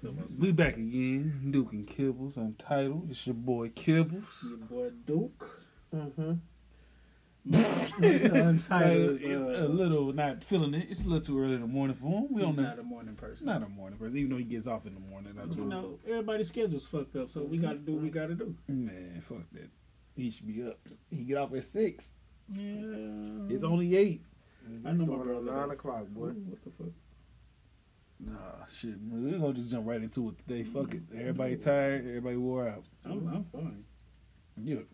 Tell my We back again, Duke and Kibbles Untitled. It's your boy Kibbles. your boy Duke. Mm-hmm. It's untitled. is, a uh, little not feeling it. It's a little too early in the morning for him. We he's don't know. not a morning person. not a morning person, even though he gets off in the morning. I but you told him. know, everybody's schedule's fucked up, so we gotta do what we gotta do. man, fuck that. He should be up. He get off at six. Yeah. It's only eight. I know my Going on brother. Mm-hmm. Nine o'clock, boy. What the fuck? Nah, shit. We're gonna just jump right into it today. Fuck it. Mm-hmm. Everybody tired. Everybody wore out. I'm I'm fine. You,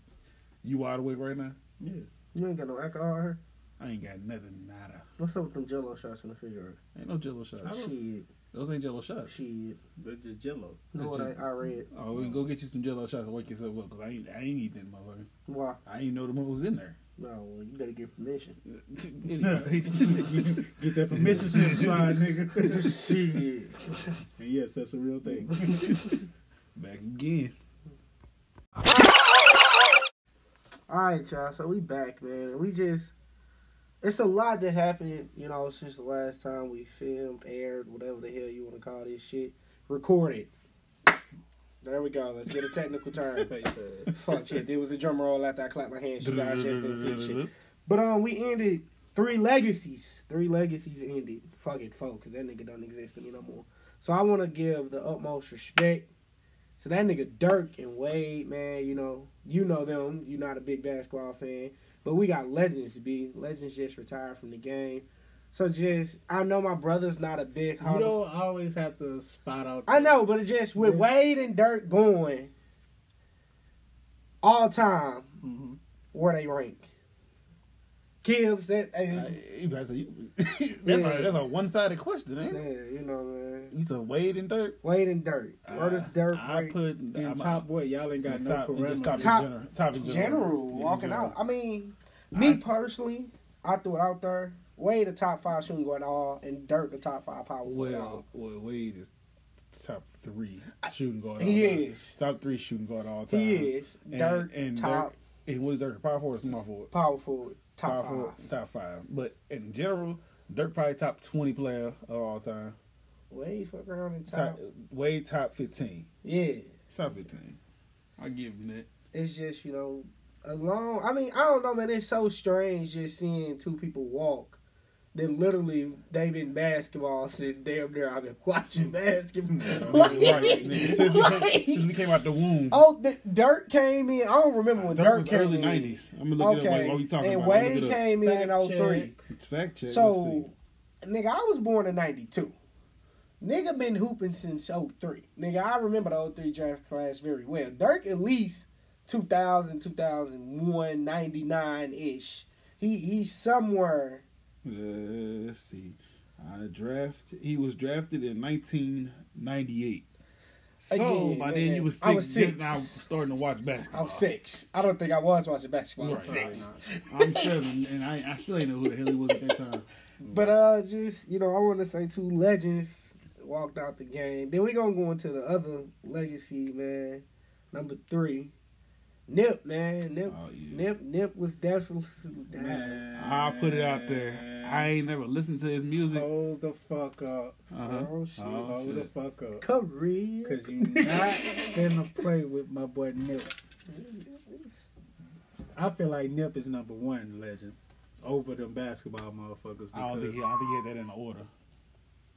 you wide awake right now? Yeah. You ain't got no alcohol here. I ain't got nothing. Nada. What's up with them Jello shots in the refrigerator? Ain't no Jello shots. Shit, Those ain't Jello shots. shit. That's just jello. No, It's what just- I, I read. Oh, we can go get you some Jello shots and wake yourself up. Cause I ain't, I ain't eat that motherfucker. Why? I ain't know the motherfucker was in there. No, well, you gotta get permission. Anyway. Get that permission slip slide, nigga. shit. and yes, that's a real thing. Back again. All right, y'all. So we back, man. And we just. It's a lot that happened, you know, since the last time we filmed, aired, whatever the hell you want to call this shit. Recorded. There we go. Let's get a technical term. Face ass. Fuck shit. There was a drum roll after I clapped my hands. You guys just didn't see the shit. But um, we ended three legacies. Three legacies ended. Fuck it, four, because that nigga don't exist to me no more. So I want to give the utmost respect to that nigga Dirk and Wade, man. You know, you know them. You're not a big basketball fan, but we got legends. B legends just retired from the game. So just, I know my brother's not a big. You Hall- don't always have to spot out. I know, but it just with Yeah. Wade and Dirk going all time, hmm Mm-hmm. where they rank. Gibbs, that is you guys say you, that's Yeah. a that's a one sided question, Yeah, ain't it? you know, man. You said Wade and Dirk. Wade and Dirt. Where does Dirt I rank? put And I'm- top boy, y'all ain't got and no top, and parameters. just top, Top- in general. Top in general. general, Yeah, in walking general. out. I mean, me I- personally, I threw it out there. Wade a top five shooting guard at all, and Dirk a top five power forward at all. Well, well, Wade is top three shooting guard. all He time. is. top three shooting guard all time. He is. And- Dirk and top Dirk- and what is Dirk? Power forward, or small forward. power forward, top Power five. forward, top five. But in general, Dirk probably top twenty player of all time. Wade fuck around and top. Top, Wade top fifteen. Yeah, Top fifteen. I give him that. it's just you know, alone. I mean, I don't know, man. It's so strange just seeing two people walk. That literally they've been basketball since damn near I've been Mm. watching basketball. right, nigga. Since, we came, since we came out the womb, Oh, the Dirt came in. I don't remember when Dirt, Dirk was came early in. nineties. I'm gonna look it up. Wait, Okay, What we talking and about? I'ma Wade look it up. came in oh in Fact 03. check. It's fact check. So, nigga, I was born in 92. Nigga been hooping since 03. Nigga, I remember the 03 draft class very well. Dirk at least 2000, 2001, 99-ish. He, he's somewhere. let's see. Uh, let's see. I draft. He was drafted in 1998. So Again, by yeah. then you was six. I was just six. now starting to watch basketball. I was six. I don't think I was watching basketball. Right. at six. I'm seven, and I, I still ain't know who the hell he was at that time. But uh, just you know, I want to say two legends walked out the game. Then we gonna go into the other legacy, man. Number three, Nip, man. Nip, Oh, yeah. Nip, Nip was definitely. I'll put it out there. I ain't never listened to his music. Hold the fuck up. Uh-huh. Oh, shit. Oh, Hold the shit. fuck up. Career. Cause you not gonna play with my boy Nip. I feel like Nip is number one legend over them basketball motherfuckers. Because, I don't think he, I don't think he had that in order.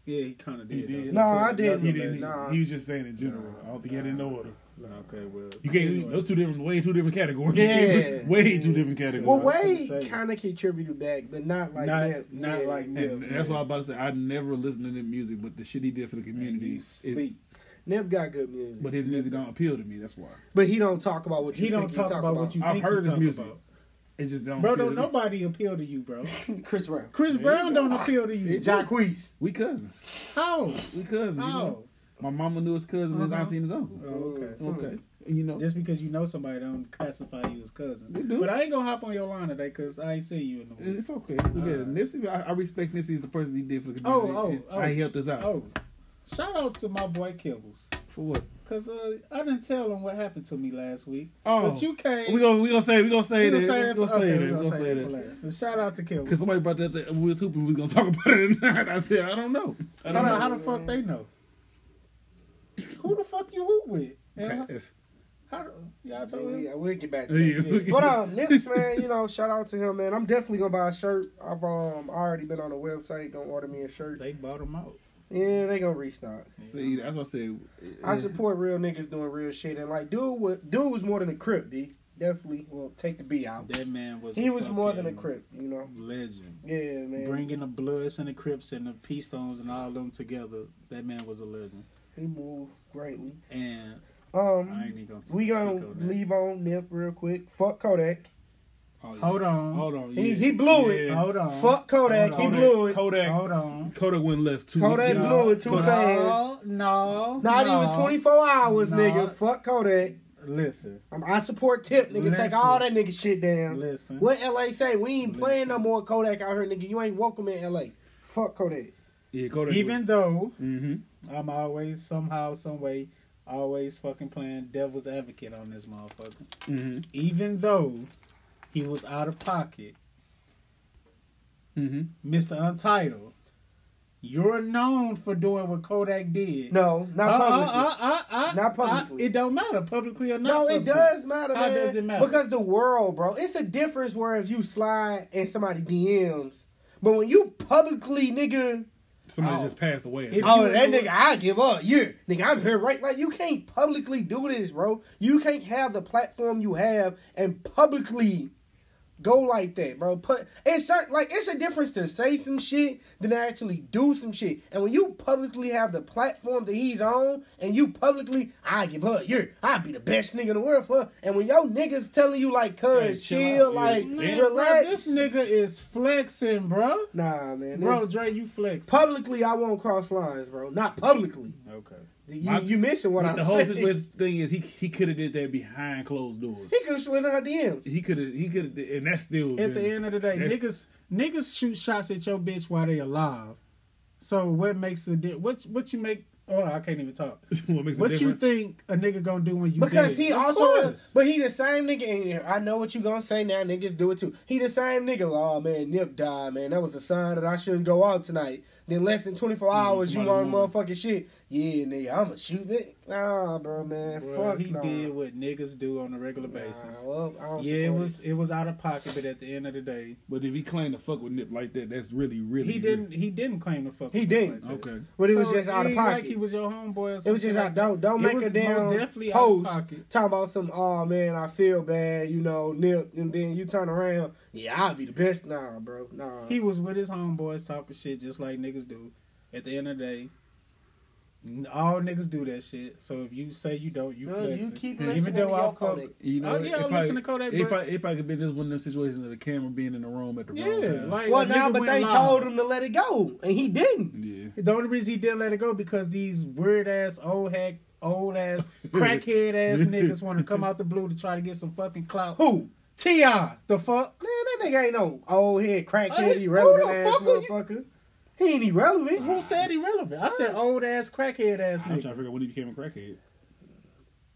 yeah, he kind of He did. did. though. No, He I said didn't. He another didn't. legend. Nah. He was just saying in general. I don't think he had it in order. Okay, well, You can't. anyway. Those two different, way two different categories. You can't- Yeah. way two different categories. Well, I was gonna Wade say. kind of contributed back, but not like not Nip. not Yeah. like Nip. And that's why I'm about to say I never listened to that music, but the shit he did for the community You is. sleep. Nip got good music, But his music don't appeal to me. That's why but he don't talk about what you He think don't talk about, what you. I've think heard he his talk music. about. it just don't. bro. appeal Don't to me. nobody appeal to you, bro. Chris Brown, Chris There you Brown don't appeal to you. Jacquees. We cousins. How? We cousins. You How? know? My mama knew his cousin, his Oh. Uh-huh. auntie, and his uncle. Oh, okay. Okay, you know. Just because you know somebody don't classify you as cousins. They do. But I ain't gonna hop on your line today because I ain't see you in the week. It's okay. Yeah, Nipsey, I, I respect Nipsey as the person he did for the Uh. Oh, community. and oh, oh. how he helped us out. Oh, shout out to my boy Kibbles For what? because uh, I didn't tell him what happened to me last week. Oh, but you came. we gonna we gonna say we gonna say we that. gonna We say it gonna for- okay, say that. we We gonna say it for that. later. But shout out to Kibbles. Cause somebody brought that. that- We was hooping. We was gonna talk about it, and I said I don't know. I I don't don't know know. how the fuck they know. Who the fuck you hoop with? And Taz. how, how, yeah, I told him. Yeah, we'll get back to that. Yeah. But um, Knicks man, you know, shout out to him, man. I'm definitely gonna buy a shirt. I've um already been on the website. Gonna order me a shirt. They bought him out. Yeah, they gonna restock. See, that's what I said. I support real niggas doing real shit, and like, dude, what dude was more than a crip, b. Definitely, well, take the b out. That man was. He was more than a fucking crip, you know. Legend. Yeah, man. Bringing the Bloods and the Crips and the P-Stones and all them together, that man was a legend. he moved greatly. And I ain't Um, even gonna. we speak gonna on that. leave on Nip real quick. Fuck Kodak. Oh, yeah. Hold on. Hold on. He- yeah. he blew it. Yeah. Hold on. Fuck Kodak. Uh, Hold He on. blew it. Kodak. Hold on. Kodak went left too. Kodak Yeah. blew it too Kodak- No, fast. no. Not no. even 24 hours, No. nigga. Fuck Kodak. Listen, Um, I support Tip, nigga. Take Listen. all that nigga shit down. listen. What LA say? We ain't playing no Listen. more Kodak out here, nigga. You ain't welcome in LA. Fuck Kodak. Yeah, Kodak. Even though Mm-hmm. I'm always somehow, some way, always fucking playing devil's advocate on this motherfucker. Mm-hmm. Even though he was out of pocket, Mm-hmm. Mr. Untitled, you're known for doing what Kodak did. No, not Uh, uh, publicly. uh, uh, uh, Not uh, publicly. it don't matter publicly or not. no, it publicly. does matter, How man. does it matter? Because the world, bro. It's a difference where if you slide and somebody DMs, but when you publicly, nigga, Somebody Oh. just passed away. If oh you- that nigga, I give up. Yeah, nigga, I'm here right. Like you can't publicly do this, bro. You can't have the platform you have and publicly go like that, bro. Put it's certain, like it's a difference to say some shit than to actually do some shit. And when you publicly have the platform that he's on, and you publicly, I give her, yeah, I'd be the best nigga in the world for. Her. And when your niggas telling you like, cuz Hey, chill chill, out, yeah. like Man, bro, relax. this nigga is flexing, bro. nah, man, Bro, This- Dre, you flex. Publicly, I won't cross lines, bro. Not publicly. okay. You, My- you missing what But I'm the whole saying. situation thing is he he could have did that behind closed doors. He could have slid in her DMs. He could have he could have and that's still At the end of the day, That's- niggas niggas shoot shots at your bitch while they alive. So what makes the di- what what you make? Oh, I can't even talk. what makes What a you difference. think a nigga gonna do when you? Because dead? he Of also, course. but he the same nigga in here. I know what you gonna say now. Niggas do it too. He the same nigga. Oh man, Nip died. Man, that was a sign that I shouldn't go out tonight. Then less than twenty four hours, you somebody on motherfucking shit. Yeah, nigga, I'ma shoot it. Nah, bro, man, Bro, fuck he nah. did what niggas do on a regular Nah, basis. well, I don't yeah, it support was it was out of pocket, but at the end of the day, But if he claimed to fuck with Nip like that, that's really really he didn't he didn't claim to fuck. He with didn't. Like that. Okay. But it was So just out of ain't pocket. Like he was your homeboy. Or It was just I don't don't It make was a most damn definitely out of post pocket. talking about some. Oh man, I feel bad, you know, nip, and then you turn around. Yeah, I'll be the best. Nah, bro, nah. He was with his homeboys talking shit just like niggas do. At the end of the day, n- all niggas do that shit. So if you say you don't, you No, flexing. you keep And listening Even to though I your fuck, Kodak. You know, Oh, yeah, it I listen to Kodak, If but- I if I could be just one of them situations of the camera being in the room at the yeah, wrong time. like well, a nah, nigga but went they live. told him to let it go, and he didn't. yeah. The only reason he didn't let it go because these weird ass old hack, old ass crackhead ass niggas want to come out the blue to try to get some fucking clout. Who? Ti the fuck? Man, that nigga ain't no old head Uh, who crackhead the irrelevant ass fuck are you- motherfucker. He ain't irrelevant. Who said irrelevant? I said old ass crackhead ass I'm trying to nigga. figure out when he became a crackhead.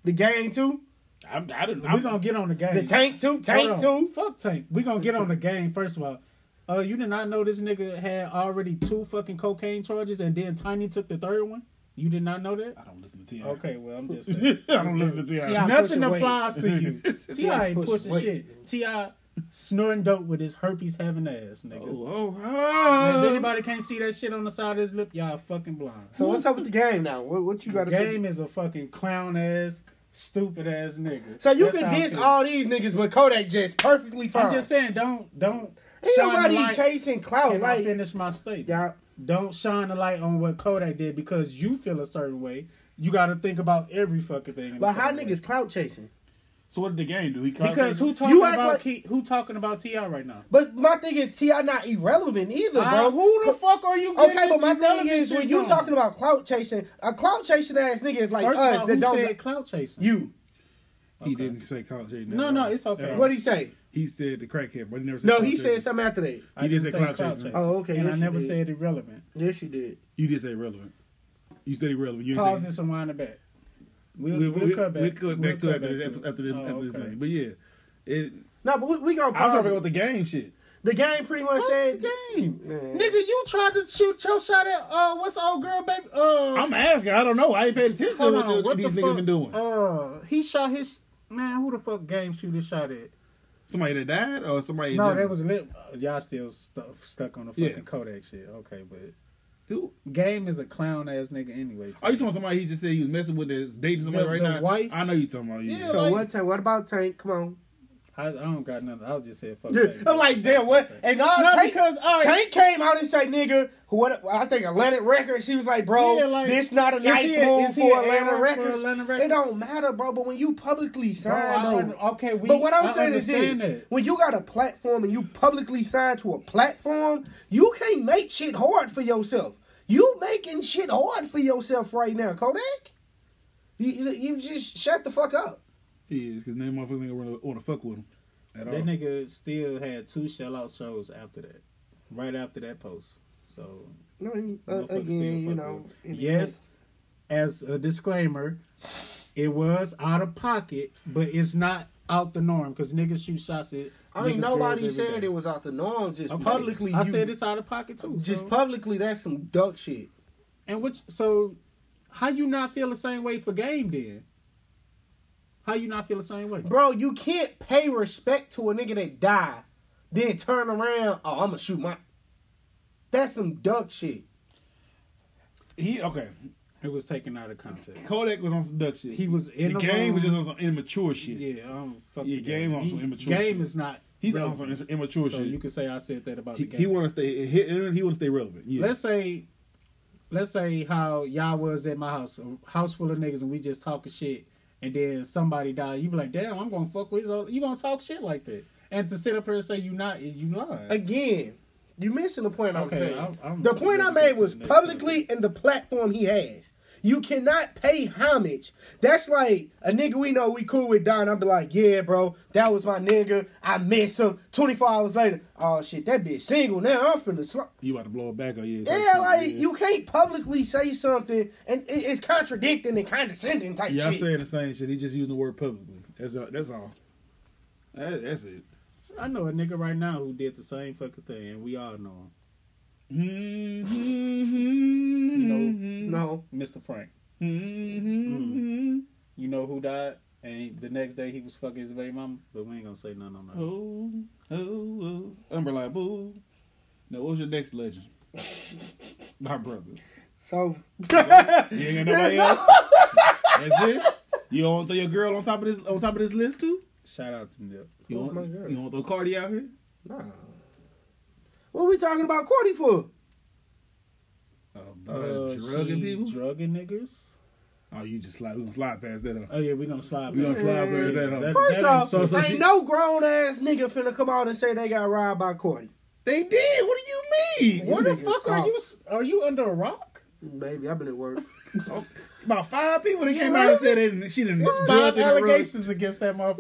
The game too. I'm, I didn't. We I'm, gonna get on the game. The tank too. Tank Hold on. too. Fuck Tank. We gonna get on the game first of all. Uh, you did not know this nigga had already two fucking cocaine charges, and then Tiny took the third one. You did not know that. I don't listen to Ti. Okay, well I'm just I saying. don't listen to Ti. T.I. Nothing pushing weight. applies to you. Ti ain't pushing pushing weight. shit. Ti snorting dope with his herpes having ass, nigga. Oh, oh, And oh. if anybody can't see that shit on the side of his lip, y'all fucking blind. So what's up with the game now? What, what you got to say? Game is a fucking clown ass, stupid ass nigga. So you That's how can I diss feel. all these niggas, but Kodak just perfectly fine. I'm just saying, don't don't. Ain't shine the nobody light- chasing clout. Can I Like, finish my statement? yeah, Don't shine the light on what Kodak did because you feel a certain way. You got to think about every fucking thing. in a but how certain way. niggas clout chasing? So what did the game do? He clocked Because him? who talking You act about like- Ke- who talking about Ti right now? But my thing is, Ti not irrelevant either, bro. Uh, who the fuck are you? Okay, getting but this my thing irrelevant is, shit when you from? talking about clout chasing, a clout chasing ass nigga is like First us of all, that who don't. said clout chasing? you. He didn't say college. Aid, No, at no, all. it's okay. At all. What he say? He said the crackhead, but he never said. No, college he aid. said something after that. I didn't didn't say say clout clout chasing. chasing. Oh, okay, And yes, I you never did. said irrelevant. Yes, you did. You did say relevant. You said irrelevant. You Pause didn't say. this and wind it back. We'll, We'll, we'll, we'll, cut back. we'll cut back to it after, to after, it. after, the- Oh, after this okay. thing. But yeah, it, No, but we, we gonna I was pause. talking about it. the game shit. The game pretty much Fuck said. the game. Man. Nigga, you tried to shoot your shot at uh what's the old girl baby uh I'm asking. I don't know. I ain't paid attention to hold what, on, the- what these the niggas fuck? been doing. Uh he shot his man, who the fuck game shooter shot at? somebody that died or somebody No, that, that was lit uh, y'all still stuck stuck on the Yeah. fucking Kodak shit. Okay, but Who? game is a clown ass nigga anyway. Are Oh, you talking about somebody he just said he was messing with that's dating somebody The- right the now? wife? I know you talking about. Yeah. Yeah, So like- what? Tank, what about Tank? Come on. I, I don't got nothing. I was just saying fuck. Tank. I'm like, damn, what? And all No, Tank, because, all right. Tank came out and say, nigga, what? I think Atlantic Records. She was like, bro, Yeah, like, this not a is nice he a- move is he for, an Atlanta Aaron for Records. Atlanta It Records? don't matter, bro. But when you publicly Bro, I sign, under- though, okay, we but what I'm I saying is understand this: that. when you got a platform and you publicly sign to a platform, you can't make shit hard for yourself. You making shit hard for yourself right now, Kodak. You, you- you just shut the fuck up. He is because none of motherfuckers ain't gonna want to fuck with him at all. That nigga still had two shell out shows after that. Right after that post. So No, you- uh, Motherfuckers still again, you fuck know. with it- Yes, as a disclaimer, it was out of pocket, but it's not out the norm because niggas shoot shots at. I mean, niggas' nobody girls every said day. it was out the norm. Just Okay. publicly, I you, said it's out of pocket too. just so- publicly. That's some duck shit. and which so, how you not feel the same way for game then? How you not feel the same way? Bro, you can't pay respect to a nigga that died, then turn around. Oh, I'm gonna shoot my. That's some duck shit. He okay. It was taken out of context. Kodak was on some duck shit. He was in the the game room. was just on some immature shit. Yeah, I don't fuck Yeah, with Game on some He- immature Game shit. is not. He's on some relevant. im- immature So shit. you could say I said that about he the game. he want to stay. He, he want to stay relevant. Yeah. Let's say, let's say how y'all was at my house, a house full of niggas, and we just talking shit, and then somebody died. You be like, damn, I'm gonna fuck with his. old- You gonna talk shit like that, and to sit up here and say you not, you lying. Again, you missing the point I'm Okay, saying. I'm- I'm the point I gonna made get to was the next publicly and the platform he has. You cannot pay homage. That's like a nigga we know we cool with Don. i be like, yeah, bro, that was my nigga. I miss him. 24 hours later, oh shit, that bitch single now. I'm finna slap. you about to blow it back on you? Yeah, like you can't publicly say something and it- it's contradicting and condescending type Yeah, I shit. saying the same shit. He just using the word publicly. That's all. That's all. That, that's it. I know a nigga right now who did the same fucking thing, and we all know Mm-hmm. no, him, Mr. Frank. Mm-hmm. You know who died, and the next day he was fucking his baby mama, but we ain't gonna say nothing on that. Oh, oh, oh. Unreliable. Now, what's your next legend? My brother. so You ain't got nobody else. That's it. You don't want to throw your girl on top of this on top of this list too. Shout out to Nip. You Who's don't, my girl? you don't throw Cardi out here. nah. What we talking about Cordy for? About Uh, Oh, drugging she's people. drugging niggas. oh, you just slide. We gonna slide past that. Huh? Oh yeah, we gonna slide. We gonna back. slide Yeah, right that up. that- First that off, ain't- so- so ain't she- no grown ass nigga finna come out and say they got robbed by Cordy. They did. What do you mean? Where the niggas fuck soft. are you? Are you under a rock? Baby, I've been at work. Oh, About five people that came out and said that she didn't Five drug in a row. allegations against that Yeah, they motherfucker.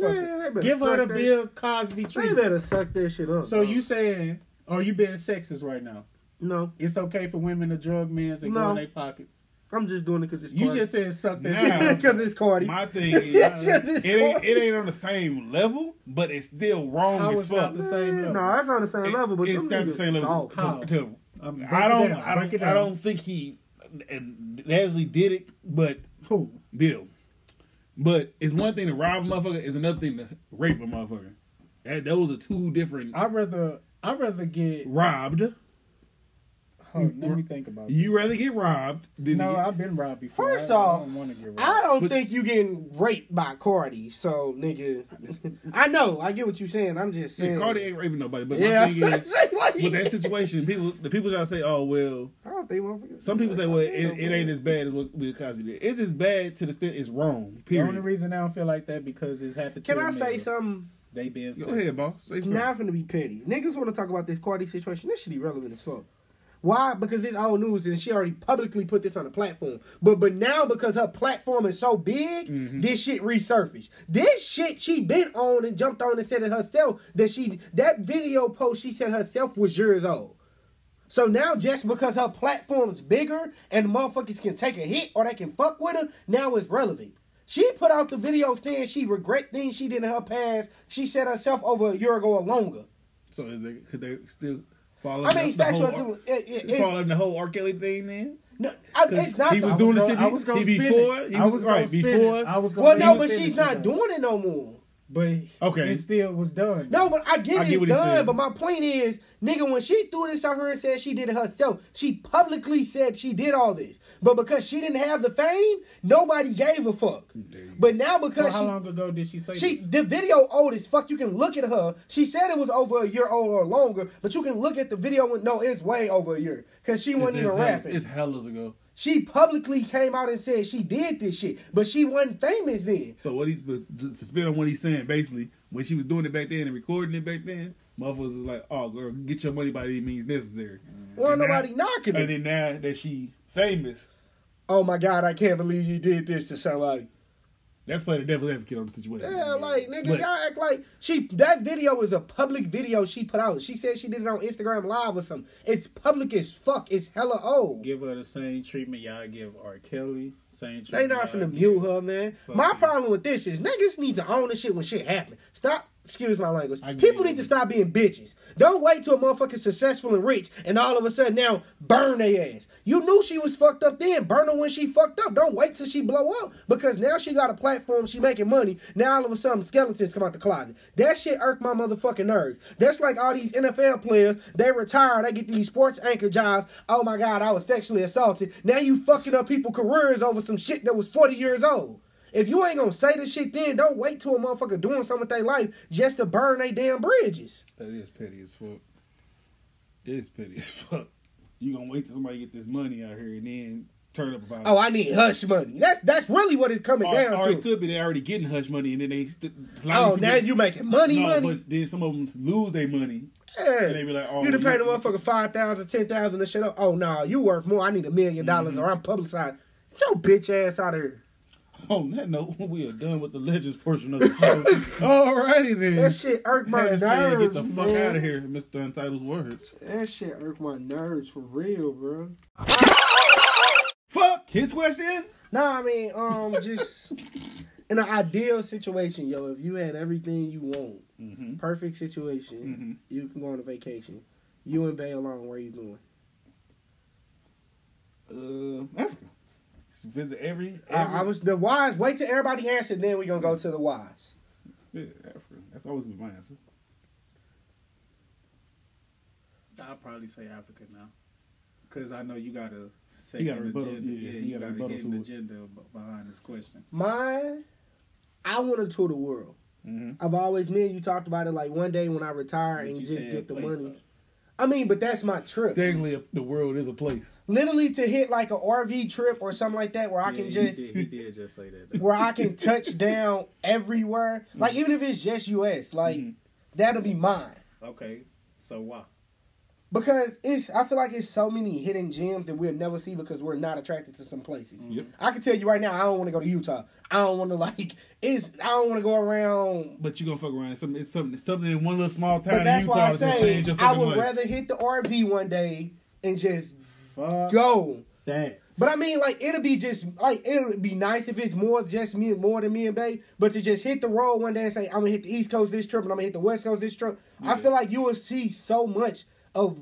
better Give her the suck that- Bill Cosby they treatment. better suck that shit up. So bro. you saying, are you being sexist right now? no? It's okay for women to drug men and No. go in their pockets. I'm just doing it because it's You Cardi. just said suck Nah. that. shit. because it's Cardi. My thing is, It's just- it's it, ain't, Cardi. it ain't on the same level, but it's still wrong How as it's not fuck. the same no, level. that's on the same It- level, but it's them not the niggas same level. soft. How? To- Um, break I it don't, down, I break it don't, I down. don't think he and Leslie did it, but Who? Bill. But it's one thing to rob a motherfucker, it's another thing to rape a motherfucker. That, those are two different. I rather. I rather get. robbed. Hold, on, let me think about. it. You rather get robbed than No, you get- I've been robbed before. First I, off, I don't want to get robbed. I don't But- think you getting raped by Cardi, so nigga. I know, I get what you're saying. I'm just Yeah, saying. Cardi ain't raping nobody, but yeah, my thing is, Like- with that situation, people the people try to say, "Oh well." I don't think motherfuckers. Some people say, "Well, it, it ain't as bad as what Bill Cosby did." It's as bad to the extent it's wrong. the only Period. reason I don't feel like that because it's happened. Can to a I say nigga. something? They being sexist. Go ahead, boss. Say something. Now I'm finna be petty. Niggas want to talk about this Cardi situation. This should be relevant as fuck. Why? Because it's old news, and she already publicly put this on the platform. But but now because her platform is so big, Mm-hmm. this shit resurfaced. This shit she been on and jumped on and said it herself that she that video post she said herself was years old. So now just because her platform's bigger and motherfuckers can take a hit or they can fuck with her, now it's relevant. She put out the video saying she regret things she did in her past. She said herself over a year ago or longer. So is they could they still follow? I mean, the whole statue Ar- of it, it, It's it's, following the whole R. Kelly thing then? no, I, 'Cause it's not. he the- was I doing the gonna- shit I was gonna he spin before. it. He I was- was gonna right, spin it. before- I was gonna well, he no, was but she's finished, not though. doing it no more. But Okay. it still was done. No, but I get I it, get it's what he done. said. But my point is, nigga, when she threw this out her and said she did it herself, she publicly said she did all this. But because she didn't have the fame, nobody gave a fuck. But now So because how she, long ago did she say She this? the video old as fuck. You can look at her. She said it was over a year old or longer, but you can look at the video. And, no, it's way over a year because she wasn't even it's, rapping. it's hellas ago. she publicly came out and said she did this shit, but she wasn't famous then. So what he's but to spin on what he's saying basically when she was doing it back then and recording it back then, motherfuckers was like, "Oh girl, get your money by any means necessary." Mm-hmm. Well, And nobody now, knocking And then it. now that she famous, Oh my god, I can't believe you did this to somebody. let's play the devil advocate on the situation. Yeah, like nigga, But- y'all act like she that video is a public video she put out. She said she did it on Instagram Live or something. It's public as fuck. It's hella old. Give her the same treatment y'all give R. Kelly. Same They treatment. not y'all finna give- mute her, man. Fuck my yeah. problem with this is niggas need to own the shit when shit happen. Stop. Excuse my language. I get People it. need to stop being bitches. Don't wait till a motherfucker successful and rich and all of a sudden now burn their ass. You knew she was fucked up then. Burn her when she fucked up. Don't wait till she blow up because now she got a platform. She making money. Now all of a sudden skeletons come out the closet. That shit irked my motherfucking nerves. That's like all these NFL players. They retire. They get these sports anchor jobs. Oh my God, I was sexually assaulted. Now you fucking up people's careers over some shit that was 40 years old. If you ain't gonna say this shit, then don't wait till a motherfucker doing something with their life just to burn they damn bridges. That is petty as fuck. It's petty as fuck. You gonna wait till somebody get this money out here and then turn up about Oh, it. I need hush money. That's that's really what it's coming Or, down or it to. could be they already getting hush money and then they. St- a lot Oh, of these now people- you making money, no, money. But then some of them lose their money. Yeah. and they be like, oh, you done paid a you- motherfucker five thousand, ten thousand, and shit up. Oh no, you worth more. I need a million dollars, Mm-hmm. or I'm publicized. Get your bitch ass out of here. On that note, we are done with the legends portion of the show. Alrighty then. That shit irked my Hashtag nerves. Mm-hmm. get the fuck man. out of here, Mr. Untitled's words. That shit irked my nerves for real, bro. Fuck his question. No, I mean, um, just in an ideal situation, yo, if you had everything you want, Mm-hmm. perfect situation, Mhm. you can go on a vacation. You and Bay alone, where you going? Uh, Africa. Visit every. every I, I was the wise. Wait till everybody answer, then we gonna go to the wise. yeah, Africa. That's always been my answer. I'll probably say Africa now, because I know you gotta say You gotta an rebuttal, agenda. Yeah, yeah, you you gotta gotta, rebuttal get an to it. agenda b- behind this question. Mine, I want to tour the world. Mm-hmm. I've always, me and you talked about it. Like one day when I retire But and you just said get the place, money. though. I mean, but that's my trip. Technically, the world is a place. Literally to hit like an RV trip or something like that, where I can Yeah, just he did, he did just say that. though. where I can touch down everywhere. Like even if it's just US, like Mhm. that'll be mine. okay, so why? Because it's I feel like it's so many hidden gems that we'll never see because we're not attracted to some places. Yep. I can tell you right now, I don't want to go to Utah. I don't want to like it's I don't want to go around. But you gonna fuck around. It's something. It's something. It's something in one little small town But that's in why Utah I that's gonna say change your I fucking would life. rather hit the RV one day and just Fuck go. that. But I mean, like it'll be just like it'll be nice if it's more just me, more than me and Bay. But to just hit the road one day and say I'm gonna hit the East Coast this trip and I'm gonna hit the West Coast this trip, I feel like you will see so much of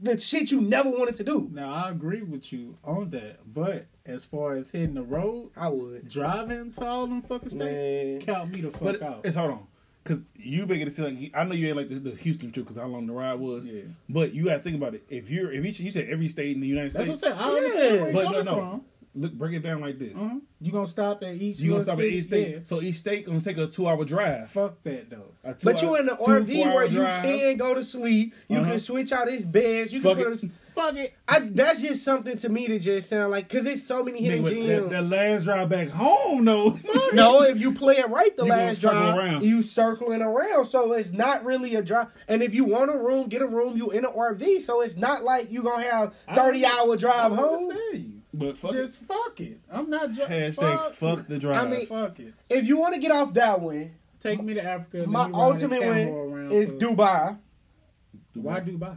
the shit you never wanted to do. Now I agree with you on that, but as far as hitting the road, I would. driving to all them fucking Man. states, count me the fuck But out. it's hold on, cause you making it sound like I know you ain't like the, the Houston trip, cause how long the ride was. Yeah. But you gotta think about it. If you're if each, you said every state in the United That's what I'm States, saying. I Yeah. understand where you're but no, coming no. from. Look, break it down like this. Uh-huh. You gonna stop at each? You gonna little stop at city? each state, Yeah. so each state gonna take a two hour drive. Fuck that though. A two But hour- you in the two, RV four-hour where you drive. can go to sleep, you Uh-huh. can switch out his beds, you Fuck can it. put. A, Fuck it. I, that's just something to me that just sound like because it's so many Nigga, hidden but that, gems. that last drive back home, though. no, if you play it right the You gonna last circle drive, around. you circling around. So it's not really a drive. And if you want a room, get a room. You in an RV, so it's not like you gonna have thirty hour drive I home. understand you. But fuck Just fuck it. I'm not dri- Hashtag fuck, it. the drive. I mean- Fuck it. If you want to get off that one, Take me to Africa. and my then you ride the ultimate camel win around is for- Dubai. Why Dubai?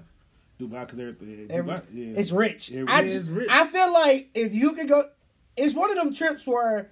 Dubai, because everything. Every- Dubai, yeah. It's rich. It I is just, rich. I feel like if you could go, it's one of them trips where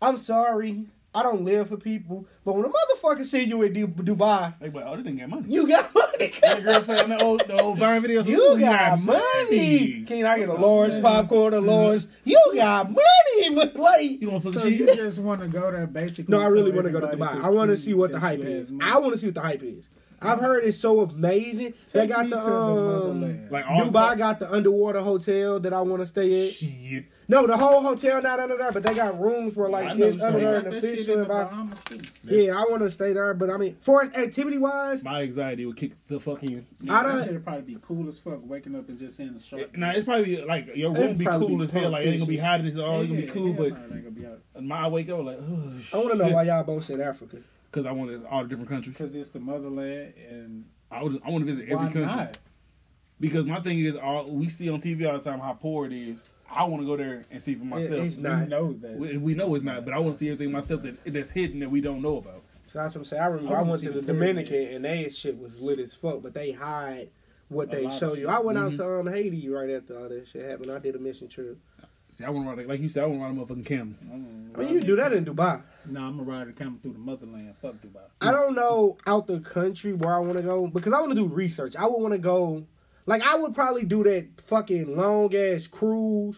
I'm sorry, I don't live for people, but when a motherfucker see you in Du- Dubai, They be like, oh, they didn't get money. you got money. That girl said in the old, the old Vine videos. You got money. Can I get a Lawrence popcorn? Mm-hmm. A Lawrence? You got money, but like, You gonna fuck So cheap? you just want to go there basically? no, I really so want to go to everybody Dubai. can I want to see see what the that hype you is. has money. I want to see what the hype is. I've heard it's so amazing. they Take got me the, to the um, motherland. Like all Dubai got the underwater hotel that I want to stay in. Shit. No, the whole hotel not under there, but they got rooms where I like know it's what They you're under got and that shit in official. the and by- Bahamas too. Yeah, I want to stay there, but I mean, for activity wise, My anxiety would kick the fucking. Yeah, I don't- That shit probably be cool as fuck. Waking up and just seeing the shark. Now it's probably like your room It'd be probably cool be as hell. Like it ain't gonna be pufferfish. hot as all. It's gonna be Yeah, cool, hell but no, it ain't gonna be out. my I wake up like, oh, I want to know why y'all both said Africa. Because I want to all the different countries. Because it's the motherland and I would, I want to visit every why country not? because my thing is all we see on TV all the time how poor it is. I want to go there and see for myself. it's We not. know that. we, we know it's not, but I want to see everything myself that that's hidden that we don't know about. So that's what I'm saying. I remember I I, wanna went see to the the Dominican pyramids. and they shit was lit as fuck, but they hide what A they lot of show you. shit. I went out to um, Haiti right after all that shit happened. I did a mission trip. See, I want to ride like you said. I want to ride a motherfucking camel. I'm I gonna mean, you ride do the- that in Dubai. Nah, I'm gonna ride the camera through the motherland. Fuck Dubai. I don't know out the country where I want to go because I want to do research. I would want to go, like I would probably do that fucking long ass cruise.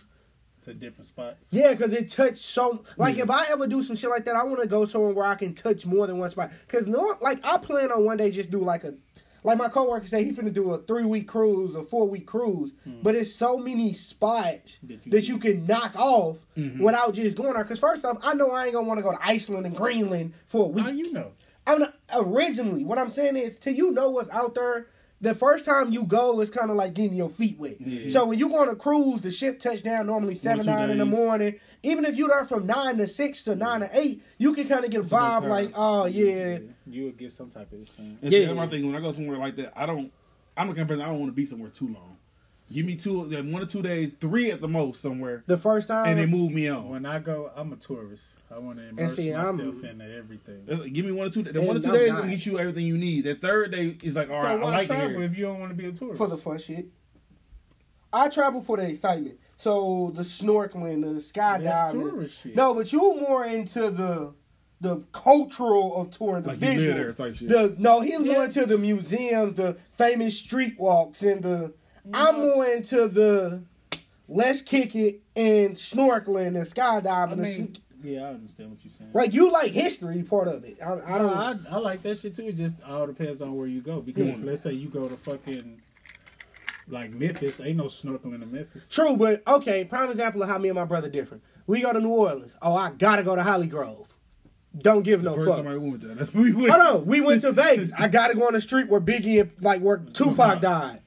To different spots. Yeah, because it touched so. Like if I ever do some shit like that, I want to go somewhere where I can touch more than one spot. Because no, like I plan on one day just do like a, like my coworker said he finna do a three week cruise or four week cruise, but it's so many spots That that you you, can knock off without just going there. Because first off, I know I ain't gonna want to go to Iceland and Greenland for a week. How you know? I'm not, originally what I'm saying is till you know what's out there. The first time you go, it's kind of like getting your feet wet. So when you go on a cruise, the ship touch down normally seven two nine in the days. morning. Even if you're there from nine to six to nine to eight, you can kind of get a about vibe time. like, oh yeah, You would get some type of experience. And yeah, Yeah. that's my thing. When I go somewhere like that, I don't. I'm a kind of person. I don't want to be somewhere too long. Give me two, then one or two days, three at the most somewhere, the first time. and they move me on. When I go, I'm a tourist. I want to immerse see, myself I'm- into everything. That's like, give me one or two. The And one or two I'm days not. gonna get you everything you need. That third day is like, all so right, why I like it travel here. if you don't want to be a tourist? for the fun shit. I travel for the excitement. So the snorkeling, the That's skydiving. tourist shit. No, but you more into the the cultural of touring, the Like you live visual. there type shit. The no, he was more into the museums, the famous street walks, and the. I'm more into the let's kick it and snorkeling and skydiving. I and mean, sh- yeah, I understand what you're saying. like you like history part of it. I, I No, don't. I, I like that shit too. It just all depends on where you go. Because Yeah. let's say you go to fucking like Memphis, ain't no snorkeling in Memphis. True, but okay, prime example of how me and my brother different. We go to New Orleans. Oh, I gotta go to Holly Grove. Don't give no First fuck. time I went there, that's where we went. Hold on, we went to Vegas. I gotta go on the street where Biggie and like where Tupac died.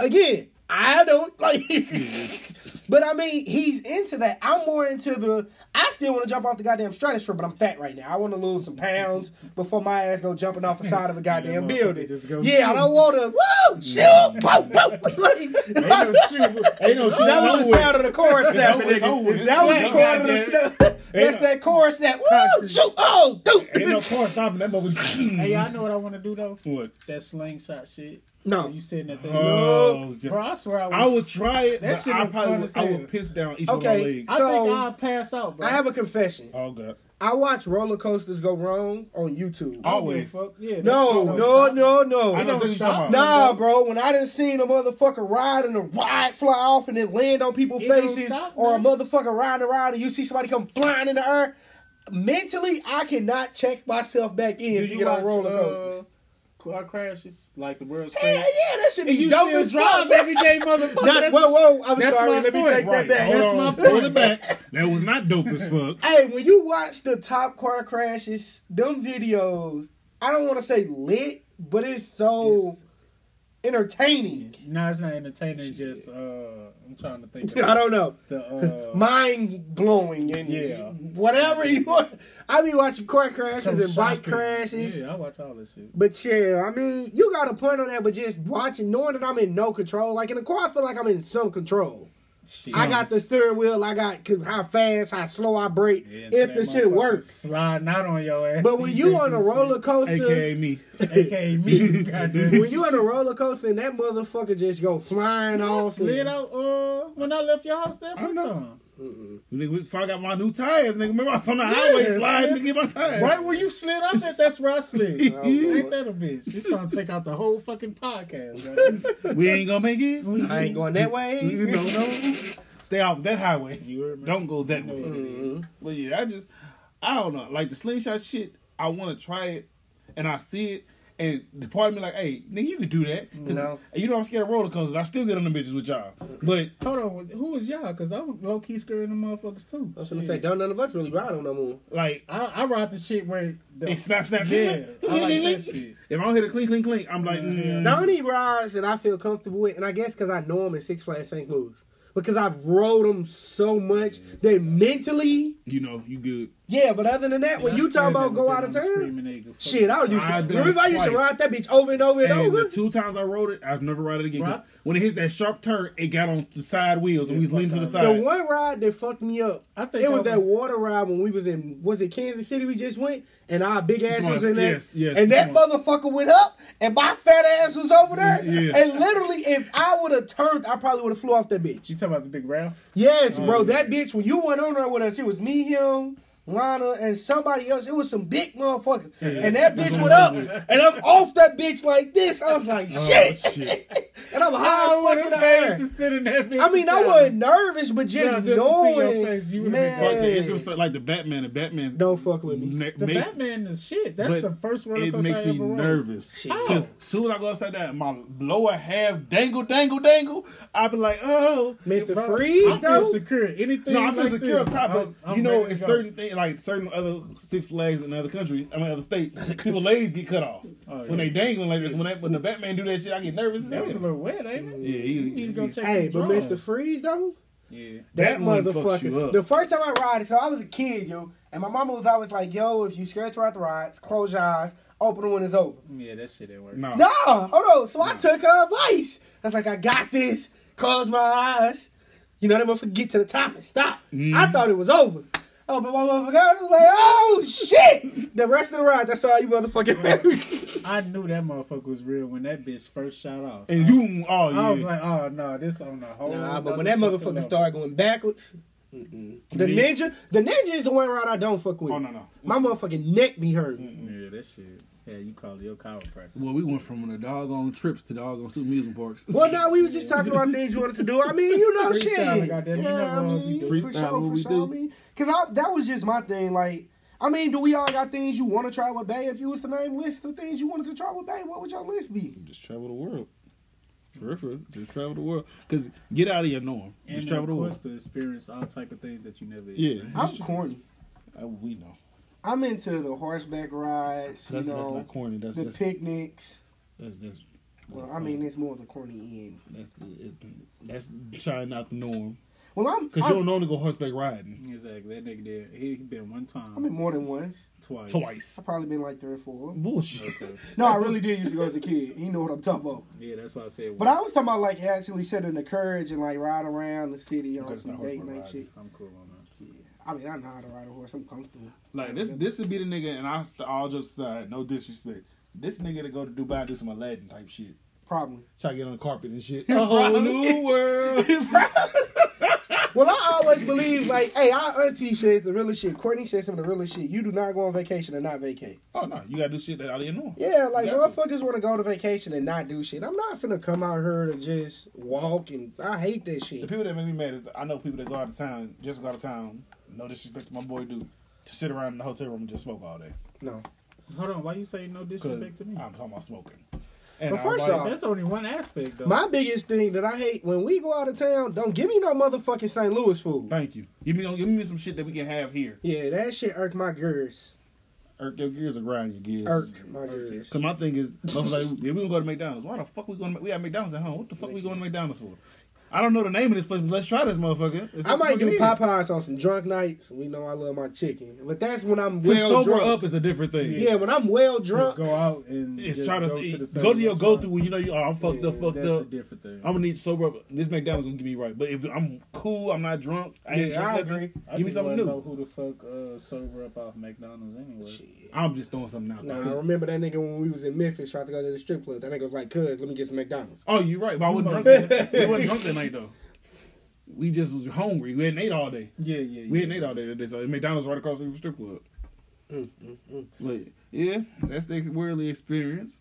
Again, I don't like. Mm-hmm. but I mean, he's into that. I'm more into the. I still want to jump off the goddamn stratosphere, but I'm fat right now. I want to lose some pounds before my ass go jumping off the side of a goddamn motherfucker building. just go yeah, I shoot. don't want to. Woo, shoot, whoa, whoa. Ain't no shoot. Ain't no shoot. That was the over sound of the chorus snap, over, it's over, nigga. it's That was the over. chorus of the snap. That's that chorus snap. Woo, shoot, oh, Ain't no dude. car stopping that motherfucker. Hey, I know what I want to do though. What? That slingshot shit. No. You sitting at the Oh, God. bro. I swear I would. I would try it, That but shit I look probably fun would, as I hell. would piss down each one of my Okay, legs. I So- think I'll pass out, bro. I have a confession. oh god, I watch roller coasters go wrong on YouTube. I don't give Oh, a always. fuck. Yeah, that's No, always. no, Stop. no, no. I know what don't you're stop. talking about. Nah, bro. When I done seen a motherfucker ride and the ride fly off and then land on people's It don't faces, stop, or a man. motherfucker riding around and you see somebody come flying in the air, mentally I cannot check myself back in Do to you get on watch uh, roller roller coasters. car crashes like the world's Hell crash? yeah, that should be And you dope still as fuck. drive every day, motherfucker. Not- That's- whoa, whoa, I'm that's sorry. my Let me point. take right? that back. Hold That's on, my Pull point. it back. That was not dope as fuck. Hey, when you watch the top car crashes, them videos, I don't want to say lit, but it's so It's- entertaining. No, it's not entertaining. It's just uh, I'm trying to think. I Of don't know. the uh, Mind blowing and Yeah. whatever you want. I be watching car crashes some and bike shocking- crashes. Yeah, I watch all this shit. But yeah, I mean, you got a point on that, but just watching, knowing that I'm in no control. Like in the car, I feel like I'm in some control. Shit. I got the steering wheel, I got c- how fast, how slow I brake, Yeah, until if the that shit motherfucker works. sliding out on your ass. But when you on a roller coaster, AKA me. coaster, aka me, goddamn. when you on a roller coaster and that motherfucker just go flying I off, slid and- out uh, when I left your house that I one know. time. Mm-mm. Nigga, we- if I got my new tires, nigga, remember I was on the highway Yeah, sliding to slid- get my tires. Right where you slid up at, that's where I slid. Oh, Ain't Lord. that a bitch? She's trying to take out the whole fucking podcast. man. We ain't gonna make it. I ain't going that way. You know, no. Stay off that highway. You heard me? Don't go that You way. know what it is. But yeah, I just I don't know. Like the slingshot shit, I want to try it, and I see it, and the part of me like, hey, nigga, you could do that. 'Cause No. You know I'm scared of roller coasters. I still get on the bitches with y'all. But Hold on, who was y'all? Because I'm low key scaring the motherfuckers too. I was gonna Shit. say, don't none of us really ride on no more. like, I, I ride the shit where the, it snap, snap, Yeah, I like that shit. If I don't hit a clink, clink, clink, I'm like, mm, The only rides that I feel comfortable with, and I guess because I know them at Six Flags St. Louis, because I've rode them so much that mentally, you know, you good. yeah. But other than that, when you talk about go out of town, shit, I used to I've been remember I on it used to twice. ride that bitch over and over and, And over. the two times I rode it, I've never rode it again. 'cause Right. When it hit that sharp turn, it got on the side wheels and we was leaning to the The side. The one ride that fucked me up, I think it was, that that was- water ride when we was in was it Kansas City we just went, and our big ass one, was in there, yes, yes, and this that one. motherfucker went up, and my fat ass was over there, Yeah. and literally if I would have turned, I probably would have flew off that bitch. You talking about the big Ralph? Yes, Oh, bro. That bitch, when you went on there with us, it was me, him, Lana, and somebody else. It was some big motherfuckers. And that That's bitch what went I'm up, with. and I'm off that bitch like this. I was like, shit. Oh, shit. and I'm high as fuck in the air. to sit in that bitch. I mean, I wasn't nervous, but just, Yeah, just to see knowing. your face, you would've been man, Fuck that. It's Mm-hmm. just like the Batman. The Batman. Don't fuck with me. ma- The makes- Batman is shit. That's but the first roller It coaster makes I me ever Oh. rode. nervous. How? Because soon as I go outside that, my lower half dangle, dangle, dangle. I be like, oh. Mr. Bro, I Freeze, feel though? secure. Anything? No, I feel like secure up this, top, but I'm- I'm you know, ready it's to go. certain things like certain other Six Flags in other countries, I mean other states, people legs get cut off Oh, when yeah. they dangling like this. When that, when the Batman do that shit, I get nervous. as That was a hell. little wet, ain't it? Yeah, he- you need to go he- check. Hey, the but drawers. Mr. Freeze, though? Yeah. That, That one fucks you motherfucker. up. The first time I ride it, so I was a kid, yo, and my mama was always like, yo, if you scared to ride the rides, close your eyes, open them when it's over. Yeah, that shit didn't work. Nah. Nah, hold on. So I took her advice. I was like, I got this. Close my eyes. You know, that motherfucker get to the top and stop. I thought it was over. Oh, but my motherfucker I was like, oh shit! The rest of the ride, that's all you motherfucking I knew that motherfucker was real when that bitch first shot off. And you, oh yeah, I was like, oh no, this on the whole. Nah, but when that motherfucker level. started going backwards, mm-mm. the ninja, the ninja is the one ride I don't fuck with. oh no no. My motherfucking neck be hurting. yeah, that shit. Yeah, you call it your chiropractor. Well, we went from the doggone trips to doggone super amusement parks. Well, no, we was just talking about things you wanted to do. I mean, you know, shit. Freestyle, goddamn, you know Yeah, I what mean, we do. for Freestyle, sure, what for we sure. do. I mean, cause I, that was just my thing. Like, I mean, do we all got things you want to try with Bay? If you was to name list of things you wanted to try with Bay, what would your list be? just travel the world. For real, for real. Just travel the world. Cause get out of your norm. And Just travel the of course, world. to experience all type of things that you never. Yeah. experienced. I'm corny. Uh, we know. I'm into the horseback rides. That's, you that's know, not corny. That's the that's, that's, picnics. that's, that's, Well, I mean, it's more of the corny end. that's, that's, that's, trying out the norm. Well, I'm. Cause you I'm don't normally go horseback riding Exactly. That nigga did. He been one time, I've been more than once. twice. twice. I've probably been like three or four. Bullshit. Okay. No, I really did used to go as a kid. You know what I'm talking about. Yeah, that's why I said. But I was talking about like actually setting the courage and like ride around the city on Because some date night shit. I'm cool on that. I mean, I know how to ride a horse. I'm comfortable. Like this, this would be the nigga, and I st- all jokes aside, no disrespect. This nigga to go to Dubai and do some Aladdin type shit. Probably. Try to get on the carpet and shit. A whole new world. Well, I always believe like, hey, our auntie says the real shit. Courtney says some of the real shit. You do not go on vacation and not vacate. Oh no, you gotta do shit that out of your norm. Yeah, like Got to. motherfuckers want to go to vacation and not do shit. I'm not finna come out here to just walk and I hate that The shit. people that make me mad is I know people that go out of town, just go out of town. No disrespect to my boy, dude. To sit around in the hotel room and just smoke all day. No, Hold on. Why you say no 'Cause disrespect to me? I'm talking about smoking. And But I first was like, off- that's only one aspect though. my biggest thing that I hate when we go out of town, don't give me no motherfucking St. Louis food. thank you. Give me, give me some shit that we can have here. Yeah, that shit irked my girls. Irk your gears or grind your gears. Irk my girls. Cause my thing is, motherfuckers like, yeah, we gonna go to McDonald's. Why the fuck we going? to We have McDonald's at home. What the fuck we going to McDonald's for? I don't know the name of this place, but let's try this motherfucker. It's I might what it do is. Popeyes on some drunk nights. We know I love my chicken, but that's when I'm To well sober drunk. up is a different thing. Yeah, when I'm well To drunk. Go out and it's just try to go the to, same your go restaurant. through when you know you. Oh, I'm fucked Yeah, up, fucked that's up. a different thing. I'm gonna need to sober up. This McDonald's gonna give me right, but if I'm cool, I'm not drunk. I ain't Yeah, drunk I nothing, agree. I Give me just something wanna Know new. who the fuck uh, sober up off McDonald's anyway? I'm just throwing something out. Nah, I there. remember that nigga when we was in Memphis tried to go to the strip club. That nigga was like, "Cuz, let me get some McDonald's." Oh, you're right. But I wasn't drunk. that- we wasn't drunk that night though. we just was hungry. We hadn't ate all day. Yeah, yeah, yeah. We hadn't ate all day today. So McDonald's right across the street from strip club. But yeah, that's the worldly experience.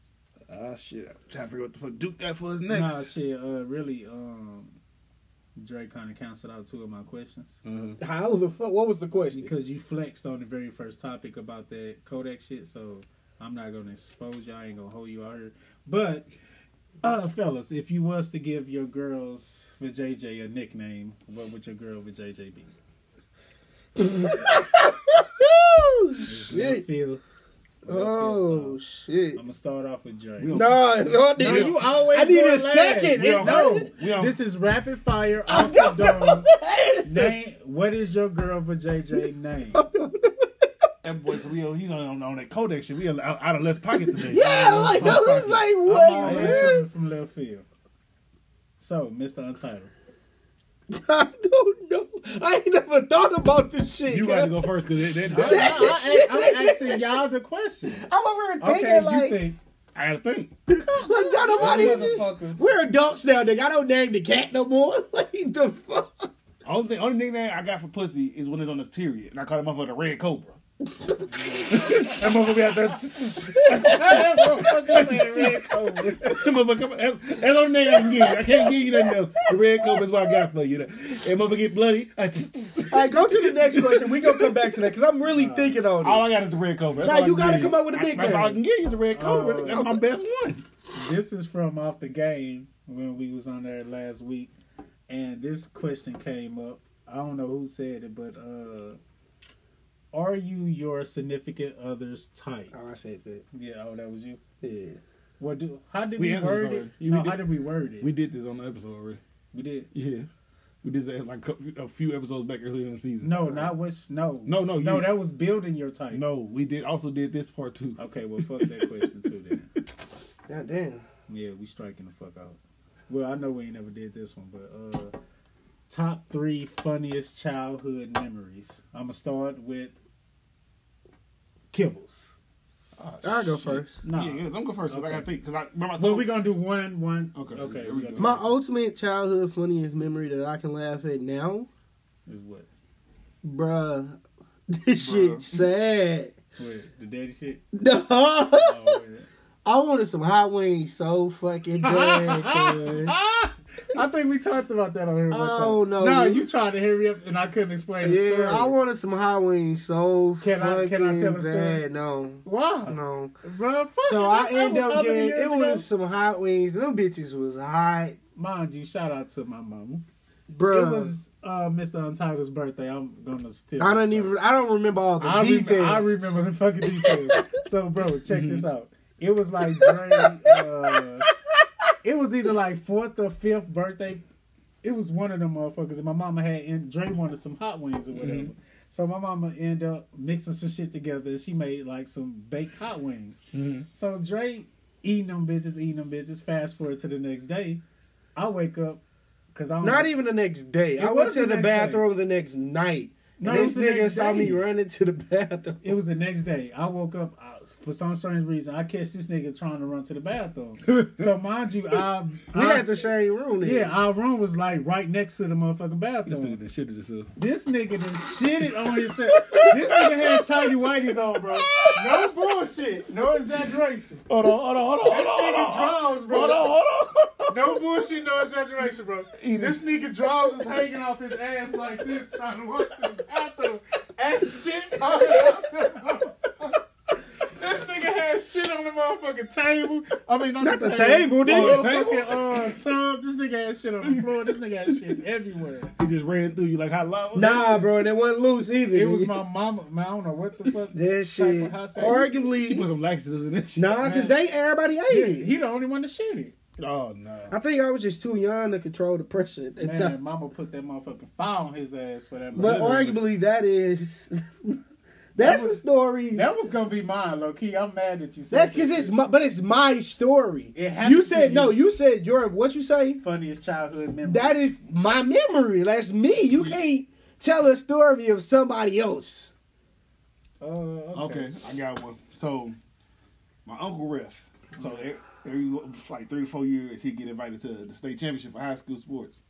Ah shit, I'm trying to figure what the fuck Duke that for us next. Nah, shit. Uh, really, um, Drake kind of canceled out two of my questions Uh-huh. How the fuck? What was the question? because you flexed on the very first topic about that Kodak shit. So I'm not gonna expose you. I ain't gonna hold you out here. But uh, fellas, if you was to give your girls for JJ a nickname, what would your girl for JJ be? Woo! Let Phil- let shit. Phil Oh talk. shit. I'm gonna start off with Drake. We don't- No, no, No, nigga. you always. I need go a last. second. We It's don't- not- no. we don't- This is rapid fire I off the don't know dome. what that is. Name. What is your girl for JJ name? That boy, so we on- he's on, on that Kodak shit. We on- out, out of left pocket today. Yeah, like I was like, I'm what? always man? coming from left field. So, Mr. Untitled. I don't know. I ain't never thought about this shit. you cuz. got to go first because they, they, I, I, am asking y'all the question. I'm over here thinking Okay, like, you think. I gotta think. like y'all nobody You motherfuckers. just. We're adults now, nigga. I don't name the cat no more. like the fuck. Only thing, only nickname I got for pussy is when it's on this period, and I call that motherfucker the Red Cobra. that motherfucker be out there. that motherfucker, that's, that's the only name I can give you. I can't give you nothing else. The Red Cobra is what I got for you. That that motherfucker get bloody. All right, go to the next question. We gonna come back to that because I'm really thinking on it. Oh, all I got is the Red Cobra. That's Nah, all I you can gotta give come up with a I- That's nickname. all I can give you is the Red Cobra. Oh. that's my best one. This is from off the game when we was on there last week, and this question came up. I don't know who said it, but uh, are you your significant other's type? Oh, I said that. Yeah, oh, that was you. Yeah. What do? How did We we, answered this word it? already. You- no, we did- how did we word it? We did this on the episode already. we did. Yeah. We did that like a few episodes back earlier in the season. No, not what's no, No, no, no. you- That was building your type. No, we did also did this part too. Okay, well, fuck that question too. Then. God damn. Yeah, we striking the fuck out. Well, I know we ain't never did this one, but uh top three funniest childhood memories. I'ma start with Kibbles. I'll go first. Nah. Yeah, yeah, don't go first. 'cause I Okay. gotta think. Cause I remember I Well, told we gonna do one, one. Okay, okay. here We we gonna go. do My ultimate childhood funniest memory that I can laugh at now, is what? bruh. This shit sad. Wait, the daddy shit. I Oh, wait. wanted some hot wings so fucking bad. cuz. I think we talked about that on here. one time. Oh, no, No, you- you tried to hurry up, and I couldn't explain the story. Yeah, I wanted some hot wings so Can I- fucking can I tell a story? bad. No, Why, no. bro? Fuck So that- I that end was how up many getting years it ago? was some hot wings. Them bitches was hot, mind you. Shout out to my mama. bruh. It was uh, Mr. Untitled's birthday. I'm gonna still. I don't even. I don't remember all the I, rem- details. I remember the fucking details. so, bro, check this out. It was like during, uh, it was either like fourth or fifth birthday. It was one of them motherfuckers, and my mama had and Dre wanted some hot wings or whatever. So my mama ended up mixing some shit together, and she made like some baked hot wings. So Dre eating them bitches, eating them bitches. Fast forward to the next day, I wake up because I'm Not even the next day. It I was went to the the next bathroom the next night. No, No, it this was the nigga next saw day. me running to the bathroom. It was the next day. I woke up I, for some strange reason. I catch this nigga trying to run to the bathroom. so mind you, I, We I- had the same room. Then. yeah, our room was like right next to the motherfucking This nigga bathroom. done shitted himself. This nigga done shitted on himself. this nigga had tiny whiteys on, bro. No bullshit, no exaggeration. Hold on, hold on, hold on, This nigga draws, bro. No bullshit, no exaggeration, bro. This nigga draws is hanging off his ass like this, trying to walk to the bathroom. And shit coming out the motherfucker. This nigga had shit on the motherfucking table. I mean, not, Not the table, Oh, nigga. the fucking uh, tub. This nigga had shit on the floor. This nigga had shit everywhere. He just ran through you like hot lava. Nah, bro, and it wasn't loose either. It was nigga. my mama. Man, I don't know what the fuck. that type shit. of hot sauce. Arguably, She put some laxatives in this shit. nah, because Man. they everybody ate Yeah, it. he the only one to shoot it. Oh, no. I think I was just too young to control the pressure at that Man, time. mama put that motherfucking fire on his ass for that. But motherfucker. arguably, that is that's a story. That was gonna be mine, low key. I'm mad that you said That's that. because it's my, but it's my story. It happened You to said you. no. You said your what you say. funniest childhood memory. That is my memory. That's me. You can't tell a story of somebody else. Uh, Oh, okay. Okay, I got one. So, my uncle Ref. So e-, every like three or four years, he get invited to the state championship for high school sports.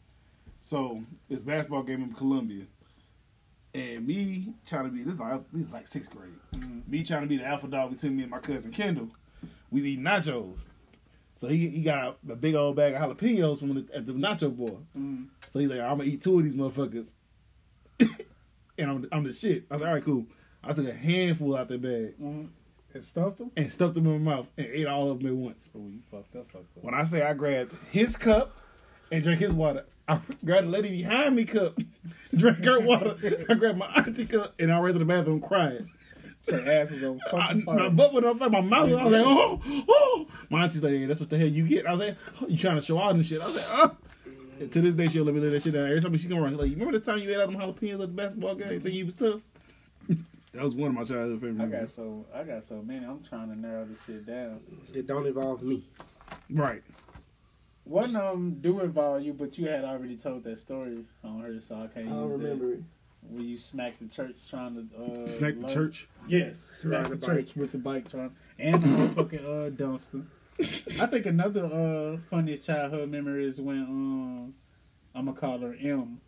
So it's basketball game in Columbia, and me trying to be this is like this is like sixth grade. Me trying to be the alpha dog between me and my cousin Kendall. We eat nachos. So he he got a big old bag of jalapenos from the, at the nacho bar. So he's like, I'm gonna eat two of these motherfuckers, and I'm I'm the shit. I was like, all right, cool. I took a handful out the bag And stuffed them? and stuffed them in my mouth and ate all of them at once. Oh, you fucked up, fucked up. When I say I grabbed his cup and drank his water, I grabbed the lady behind me cup, drank her water. I grabbed my auntie cup, and I ran to the bathroom crying. So ass is on I, fucking my fire. butt went up, my mouth. I was like, oh, oh. My auntie's like, yeah, that's what the hell you get. I was like, oh, you trying to show out and shit. I was like, oh. And to this day, she'll let me live that shit down. Every time she come around, she's like, you remember the time you ate out them jalapenos at the basketball game? Think you was tough? that was one of my childhood favorite I memories. got so I got so many. I'm trying to narrow this shit down. It don't involve me. Right. One of them do involve you, but you had already told that story on her, so I I can't don't use that. remember it. When you smacked the church trying to uh, Snack the load- church. Yes, smacked the Ride the church with the bike trying and the fucking uh, dumpster. I think another uh, funniest childhood memory is when um I'm gonna call her M.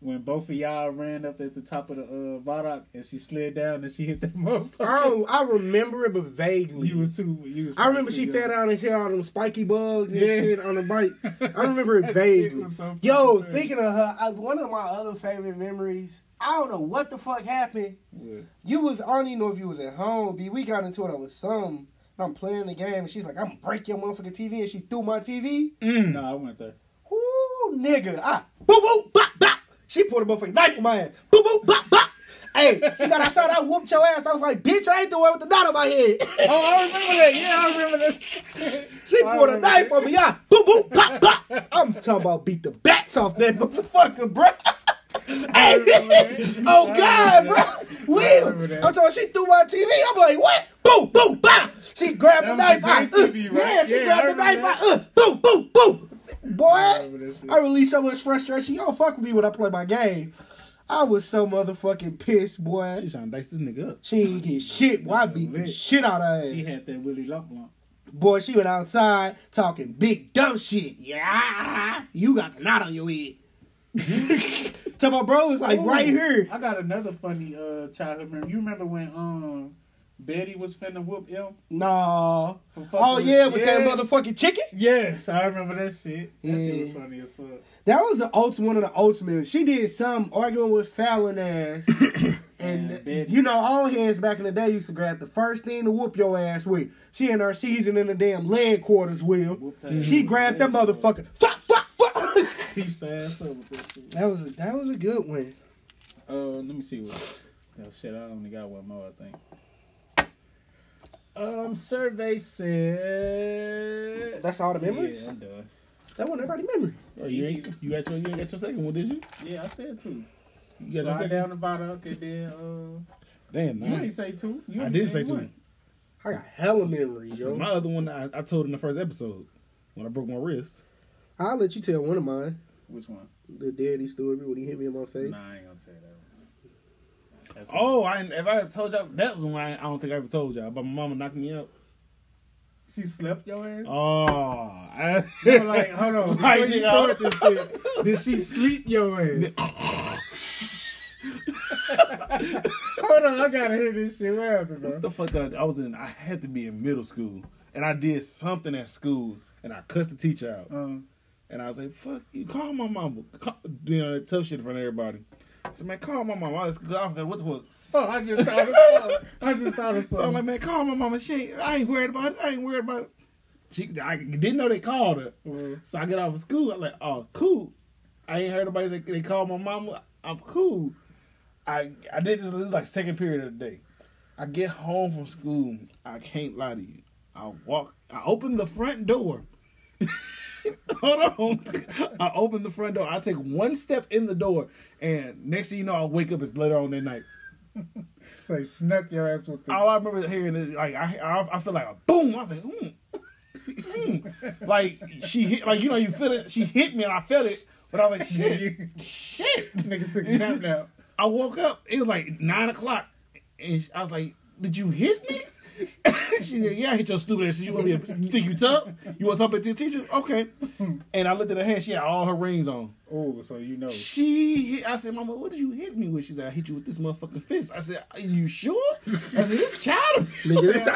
When both of y'all ran up at the top of the uh, Vardock and she slid down and she hit that motherfucker. Oh, I remember it, but vaguely. You was too. You was I remember too she young. fell down and hit all them spiky bugs and Yeah. shit on the bike. I remember That it shit vaguely. was so Yo, fucking thinking of her, I, one of my other favorite memories. I don't know what the fuck happened. You was I don't even know if you was at home, B. We got into it over some. I'm playing the game, and she's like, "I'm gonna break your motherfucking TV," and she threw my TV. No, I went there. Ooh, nigga, I boo boo bop bop. She pulled a motherfucking knife in my ass. Boo boo bop bop. Hey, she got outside. I whooped your ass. I was like, "Bitch, I ain't the one with the knot on my head." Oh, I remember that. Yeah, I remember that. She I pulled a remember knife that. on me. I boop boop pop pop. I'm talking about beat the bats off that motherfucker, bro. Hey, that. oh I God, remember that. bro. I remember Will. that. I'm talking. She threw my TV. I'm like, what? Boo boo bop. She grabbed the That was knife. I, the uh, JTV, right? Yeah, she Yeah, I grabbed the knife. remember I, uh, boo boo boo. Boy, I remember that shit. I released so much frustration. Y'all fuck with me when I play my game. I was so motherfucking pissed, boy. She's trying to dice this nigga up. She didn't get shit. Boy, I beat the Lit. shit out of her ass. She had that Willy Lump Lump. Boy, she went outside talking big dumb shit. Yeah, you got the knot on your head. Tell my bro was like right Ooh, here. Oh, I got another funny uh childhood memory. You remember when um Betty was finna whoop him? No. For fucking Oh yeah, with that Yeah. motherfucking chicken. Yes, I remember that shit. That shit was Yeah. funny as fuck. That was the ultimate one of the ultimate. She did some arguing with Fallon ass. Yeah, And bitch. you know, all hands back in the day used to grab the first thing to whoop your ass with. She in her season in the damn leg quarters wheel. Whooped her ass She with grabbed the that leg motherfucker. Fuck, fuck, fuck. Pieced the ass up with that shit. that was that was a good one. Uh, let me see what. Oh shit, I only got one more. I think. Um, survey said. That's all the memories. Yeah, I'm done. That wasn't everybody memory. Oh, you ain't you got your you ain't got your second one, did you? Yeah, I said two. You Yeah, so I got your second down the Vardock and then uh, Damn, you man. ain't say two. You I only didn't said say two. one. I got hella memories, yo. My other one I, I told in the first episode when I broke my wrist. I'll let you tell one of mine. Which one? The daddy story when he hit me in my face. Nah, I ain't gonna say that one. That's Oh, I if I told y'all that was one I, I don't think I ever told y'all. But my mama knocked me up. she slept your ass. Oh, I, I'm like, hold on, before Like, you you know. start this shit, did she sleep your ass? hold on, I gotta hear this shit. What happened, bro? the fuck that I was in. I had to be in middle school, and I did something at school, and I cussed the teacher out. Um, And I was like, fuck you, call my mama. Call, you know, that tough shit in front of everybody. I said, man, call my mama. I was, I forgot what the fuck. oh, I just thought of something. I just thought of So I'm like, something. man, call my mama. She ain't, I ain't worried about it. I ain't worried about it. She, I didn't know they called her. Mhm. So I get off of school. I'm like, oh, cool. I ain't heard nobody. They, they called my mama. I'm cool. I I did this. This is like second period of the day. I get home from school. I can't lie to you. I walk. I open the front door. Hold on. I open the front door. I take one step in the door, and next thing you know, I wake up. It's later on that night. So he snuck your ass with the. All I remember hearing is like I I, I feel like a boom. I was like, mm. Mm. like she hit like you know you feel it. She hit me and I felt it, but I was like shit, shit. Nigga took a nap now. I woke up. It was like nine o'clock, and I was like, did you hit me? she said, yeah, I hit your stupid ass. You want me to think you tough? You want to talk back to your teacher? Okay. And I looked at her hand. She had all her rings on. Oh, so you know. She hit. I said, Mama, what did you hit me with? She said, I hit you with this motherfucking fist. I said, Are you sure? I said, This child. Nigga, it's an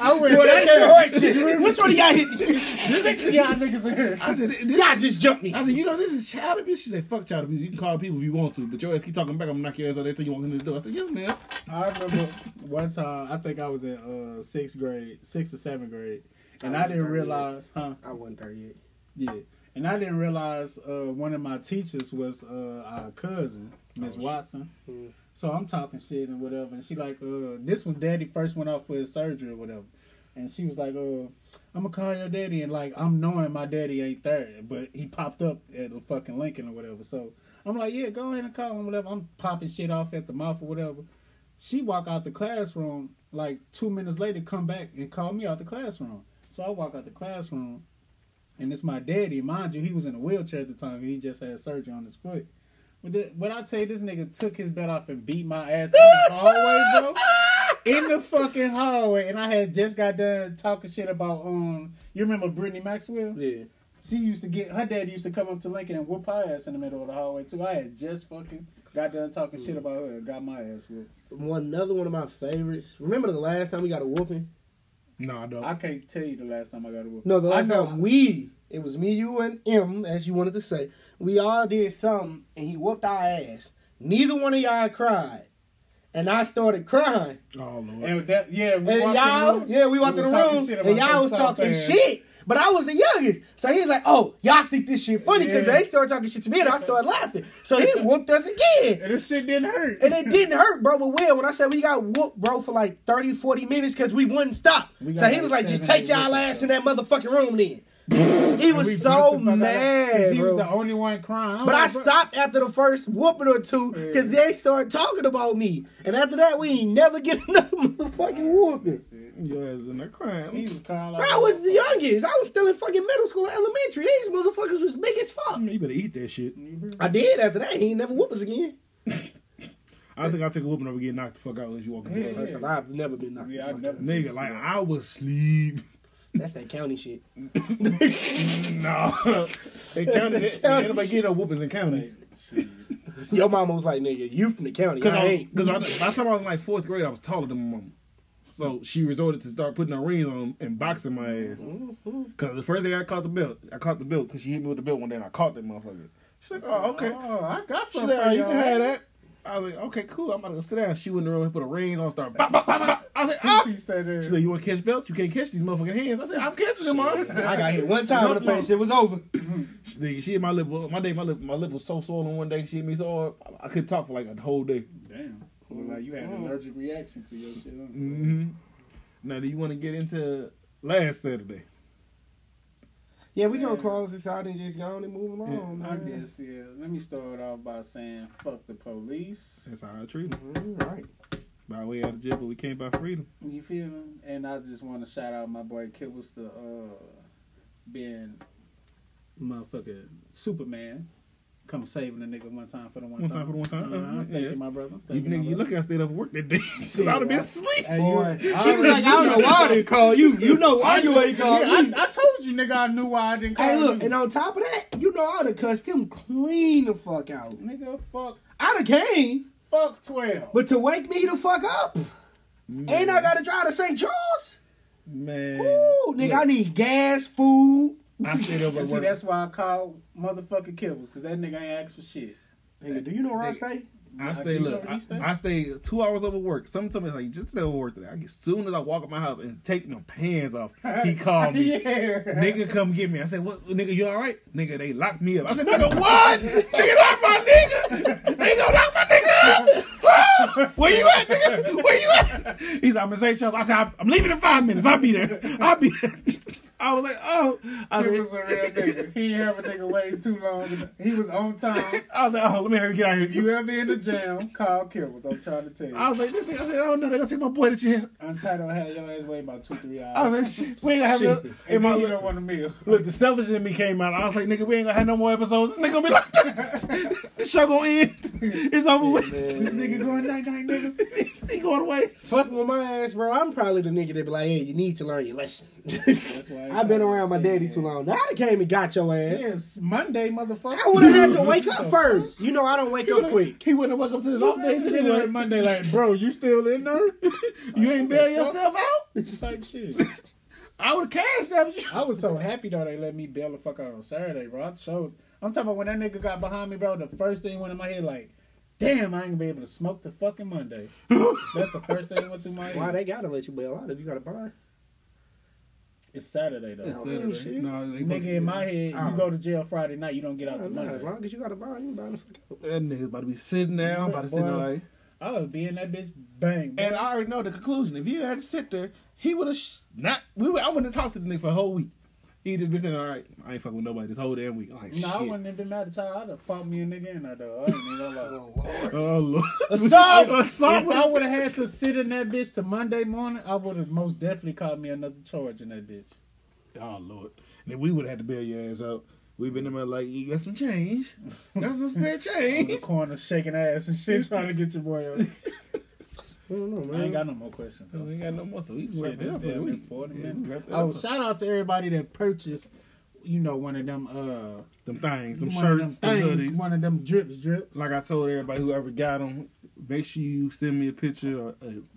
I went Boy, there. that can't hurt shit. Which one of y'all hit me? This next thing y'all niggas in here. I said, this, Y'all just jumped me. I said, you know, this is child abuse. She said, fuck child abuse. You can call people if you want to, but your ass keep talking back. I'm gonna knock your ass out there till you walk in this door. I said, yes, ma'am. I remember one time, I think I was in uh, sixth grade, sixth or seventh grade, and I didn't realize, huh? I wasn't 38. Yeah. And I didn't realize uh, one of my teachers was uh, our cousin, Miss Watson. Hmm. So I'm talking shit and whatever. And she like, uh, this when daddy first went off for his surgery or whatever. And she was like, uh, I'm gonna call your daddy and like I'm knowing my daddy ain't there, but he popped up at the fucking Lincoln or whatever. So I'm like, yeah, go ahead and call him, whatever. I'm popping shit off at the mouth or whatever. She walk out the classroom like two minutes later, come back and call me out the classroom. So I walk out the classroom, and it's my daddy. Mind you, he was in a wheelchair at the time. He just had surgery on his foot. But, the, but I tell you, this nigga took his belt off and beat my ass in the hallway, bro. In the fucking hallway, and I had just got done talking shit about um. You remember Brittany Maxwell? Yeah. She used to get her dad used to come up to Lincoln and whoop her ass in the middle of the hallway too. I had just fucking got done talking shit about her and got my ass whooped. One, another one of my favorites. Remember the last time we got a whooping? No, I don't. I can't tell you the last time I got a whoop. No, the I last know time we, it was me, you, and M, as you wanted to say. We all did something, and he whooped our ass. Neither one of y'all cried. And I started crying. oh, Lord. And that, yeah, we And walked in the y'all, room. yeah, we walked was in talking the shit room, about and y'all that was soft talking ass. shit. But I was the youngest, so he was like, "Oh, y'all think this shit funny?" Because Yeah. they started talking shit to me, and I started laughing. So he whooped us again, And this shit didn't hurt. and it didn't hurt, bro. But Will, when I said we got whooped, bro, for like 30, 40 minutes, because we wouldn't stop. We got So he like was like, "Just seven, take eight y'all whoopings, ass in that motherfucking room." Then he And we was bust the so fuck out of- 'cause mad, He was the bro. only one crying. I'm But I like, bro, stopped after the first whooping or two because Yeah. they started talking about me, and after that, we ain't never get another motherfucking whooping. Your ass in there He crying. was crying like. Bro, I was the youngest. I was still in fucking middle school, or elementary. These motherfuckers was big as fuck. You better eat that shit. I did after that. He ain't never whoop us again. I think I'll take a whooping over getting knocked the fuck out as you walk in the door. Yeah. First of all, I've never been knocked. Yeah, Yeah, I never. Nigga, like, I was sleep. That's that county shit. no. they counted it. Everybody get up whoopings in county. Shit. Your mama was like, nigga, you from the county. Because I I, ain't. cause I, by the time I was in like fourth grade, I was taller than my mama. So she resorted to start putting her rings on and boxing my ass. Mm-hmm. Because the first day I caught the belt, I caught the belt because she hit me with the belt one day and I caught that motherfucker. She's like, oh, okay. Oh, I got She's something. like, for oh, you y'all. can have that. I was like, okay, cool. I'm about to go sit down. She went in the room and put her rings on, started bop, bop, bop, bop. I said, Two oh. piece that She's is. like, you want to catch belts? You can't catch these motherfucking hands. I said, I'm catching them, mom. I got hit one time in the face. It was over. She, nigga, she hit my lip. My day, my lip, my lip was so swollen one day. She hit me so hard, I, I could talk for like a whole day. Damn. Look Like you had Mm. an allergic reaction to your shit. huh? Mm-hmm. Now, do you want to get into last Saturday? Yeah, we gonna close this out and just go on and move along. I man. guess yeah. Let me start off by saying fuck the police. That's how I treat them. Mm, Right. By way out of jail, but we came by freedom. You feel me? And I just want to shout out my boy Kibbles to uh, being motherfucker Superman. Come saving a nigga one time for the one, One time for the one time. Uh-huh. Uh-huh. Thank Yeah. you, my brother. Thank You, my nigga, you brother. lucky I stayed up for work that day. Cause I'd have been asleep. Hey, you- Boy. I He was already- like, I don't know why I didn't call you. You know why you ain't call Yeah, me. I, I told you, nigga, I knew why I didn't call Hey, look, you. and on top of that, you know I done cussed him clean the fuck out. nigga, fuck, I done came. fuck twelve. But to wake me the fuck up, ain't I gotta drive to St. Charles? Man. Ooh, nigga, I need gas, food. I stayed up at And see, work. that's why I call motherfucking Kibbles, because that nigga ain't asked for shit. Nigga, do you know where I Nigga. stay? I stayed, You know look, where you I, stay? I stayed two hours over work. Sometimes like, just stay over work today. I get, soon as I walk up my house and take my pants off, he called me. yeah. Nigga, come get me. I said, what, nigga, you all right? Nigga, they locked me up. I said, nigga, what? nigga, lock my nigga. They gonna lock my nigga up. Where you at, nigga? Where you at? He's like, I'm gonna say Charles. I said, I'm- I'm leaving in five minutes. I'll be there. I'll be there. I was like, oh. I He was was a real like, nigga. He ain't have a nigga waiting too long. He was on time. I was like, oh, let me hurry get out of You here. ever in the jam, call Kibbles. I'm trying to tell you. I was like, this nigga, I said, oh no, they're gonna take my boy to jail. Untitled had your ass waiting about two, three hours. I was like, shit, we ain't gonna have no. and In then my, you don't want a meal. Look, the selfish in me came out. I was like, nigga, we ain't gonna have no more episodes. This nigga gonna be like, this show gonna end. It's over with. man. This nigga going night night, nigga. he going away. Fuck with my ass, bro. I'm probably the nigga that be like, hey, you need to learn your lesson. why I've been around my daddy too long. Now I done came and got your ass. Yes, Monday, motherfucker. I would have had to wake up first. You know I don't wake up quick. He wouldn't have woke up to his off days Anyway, anyway. Monday, like, bro, you still in there? You ain't bail yourself out. Type shit. I would have cashed that. shit. I was so happy though they let me bail the fuck out on Saturday, bro. I showed. I'm talking about when that nigga got behind me, bro. The first thing went in my head, like, damn, I ain't gonna be able to smoke the fucking Monday. That's the first thing that went through my head. Why they gotta let you bail out if you got a bond? It's Saturday though. It's Saturday. Saturday. shit. No, they supposed to Nigga, be- in my head, Oh. you go to jail Friday night, you don't get out Nah, till nah, As Monday. long as you got a bond, you bound to fuck out. That nigga's about to be sitting there. I'm about to sit there like. I was being that bitch bang. bro. And I already know the conclusion. If you had to sit there, he would have sh- not. We would, I wouldn't have talked to the nigga for a whole week. He just been saying, "All right, I ain't fucking with nobody this whole damn week." I'm like, No, I shit. wouldn't have been mad at y'all. I'd have fought me a nigga in there though. I ain't even gonna lie. Oh lord, Assault! assault! if I would have had to sit in that bitch to Monday morning, I would have most definitely caught me another charge in that bitch. Oh lord, and then we would have had to bail your ass out. We've been in there like, you got some change? Got some spare On the change? corner shaking ass and shit trying to get your boy out. I don't know, I ain't man. got no more questions. we Though. ain't got no more, so we can Shit, wrap it this up. for the damn near week. 40 Yeah, minutes. wrap it Oh, up. shout out to everybody that purchased, you know, one of them uh them things, them one shirts, of them them things, hoodies. one of them drips drips. Like I told everybody, whoever got them, make sure you send me a picture or,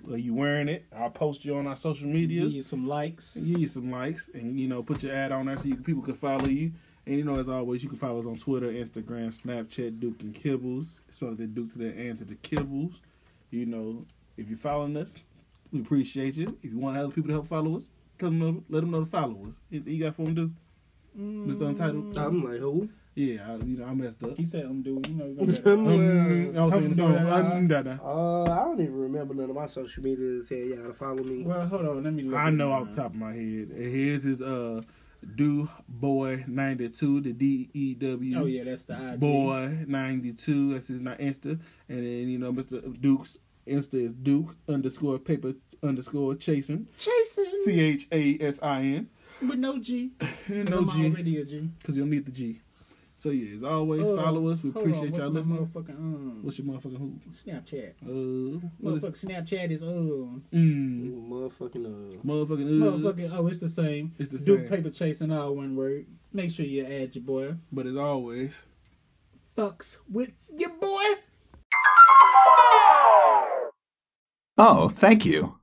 or, you wearing it. I'll post you on our social medias. need some likes. Give you some likes and you know put your ad on there so you, people can follow you. And you know as always, you can follow us on Twitter, Instagram, Snapchat, Duke and Kibbles. Spell the Duke to the and to the Kibbles. You know if you're following us, we appreciate you. If you want other people to help follow us, tell them to, let them know to follow us. Anything you got for them to do, Mr. Untitled? Mm. Um, I'm like, who? Yeah, I, you know I messed up. He said, "Um, dude, you know, you gonna I'm better." Um, like, I was singing the song. Help them do that. Um, uh, I don't even remember none of my social media to tell y'all to follow me. well, hold on, let me look. I at know it, off man. the top of my head. His is uh, Do Boy ninety two, the D E W. Oh yeah, that's the IG. Boy ninety two. That's his not Insta. And then you know Mr. Duke's Insta is Duke underscore paper underscore chasing Chasing C H A S I N. with no G. No I'm G already a G. because you don't need the G. So yeah, as always, Hold on. follow us. We Uh, Hold on, appreciate what's y'all my listening. Motherfucking, um, What's your motherfucking who? Snapchat. Uh, what is, Motherfucking Snapchat is um mm, Motherfucking uh, motherfucking uh, motherfucking oh it's the same. It's the Duke same. paper chasing all one word. Make sure you add your boy. But as always. Fucks with your boy. Oh, thank you.